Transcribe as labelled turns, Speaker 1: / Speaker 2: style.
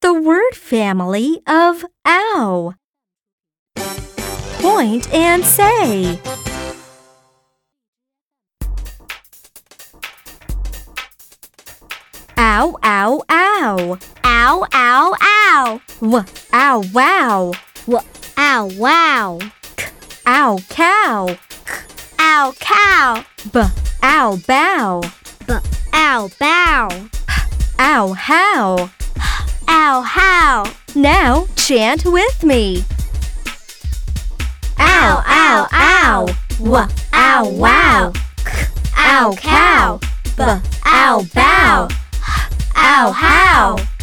Speaker 1: the word family of ow. Point and say. Ow, ow, ow.
Speaker 2: Ow, ow, ow.
Speaker 1: W, ow, wow.
Speaker 2: Ow, wow.
Speaker 1: Ow, cow.
Speaker 2: Ow, cow.
Speaker 1: B, ow, bow.
Speaker 2: Ow, bow.
Speaker 1: Ow, how.
Speaker 2: Ow, how.
Speaker 1: Now chant with me. Ow, ow, ow. W, ow, wow. Ow, cow. B, ow, bow. Ow, how.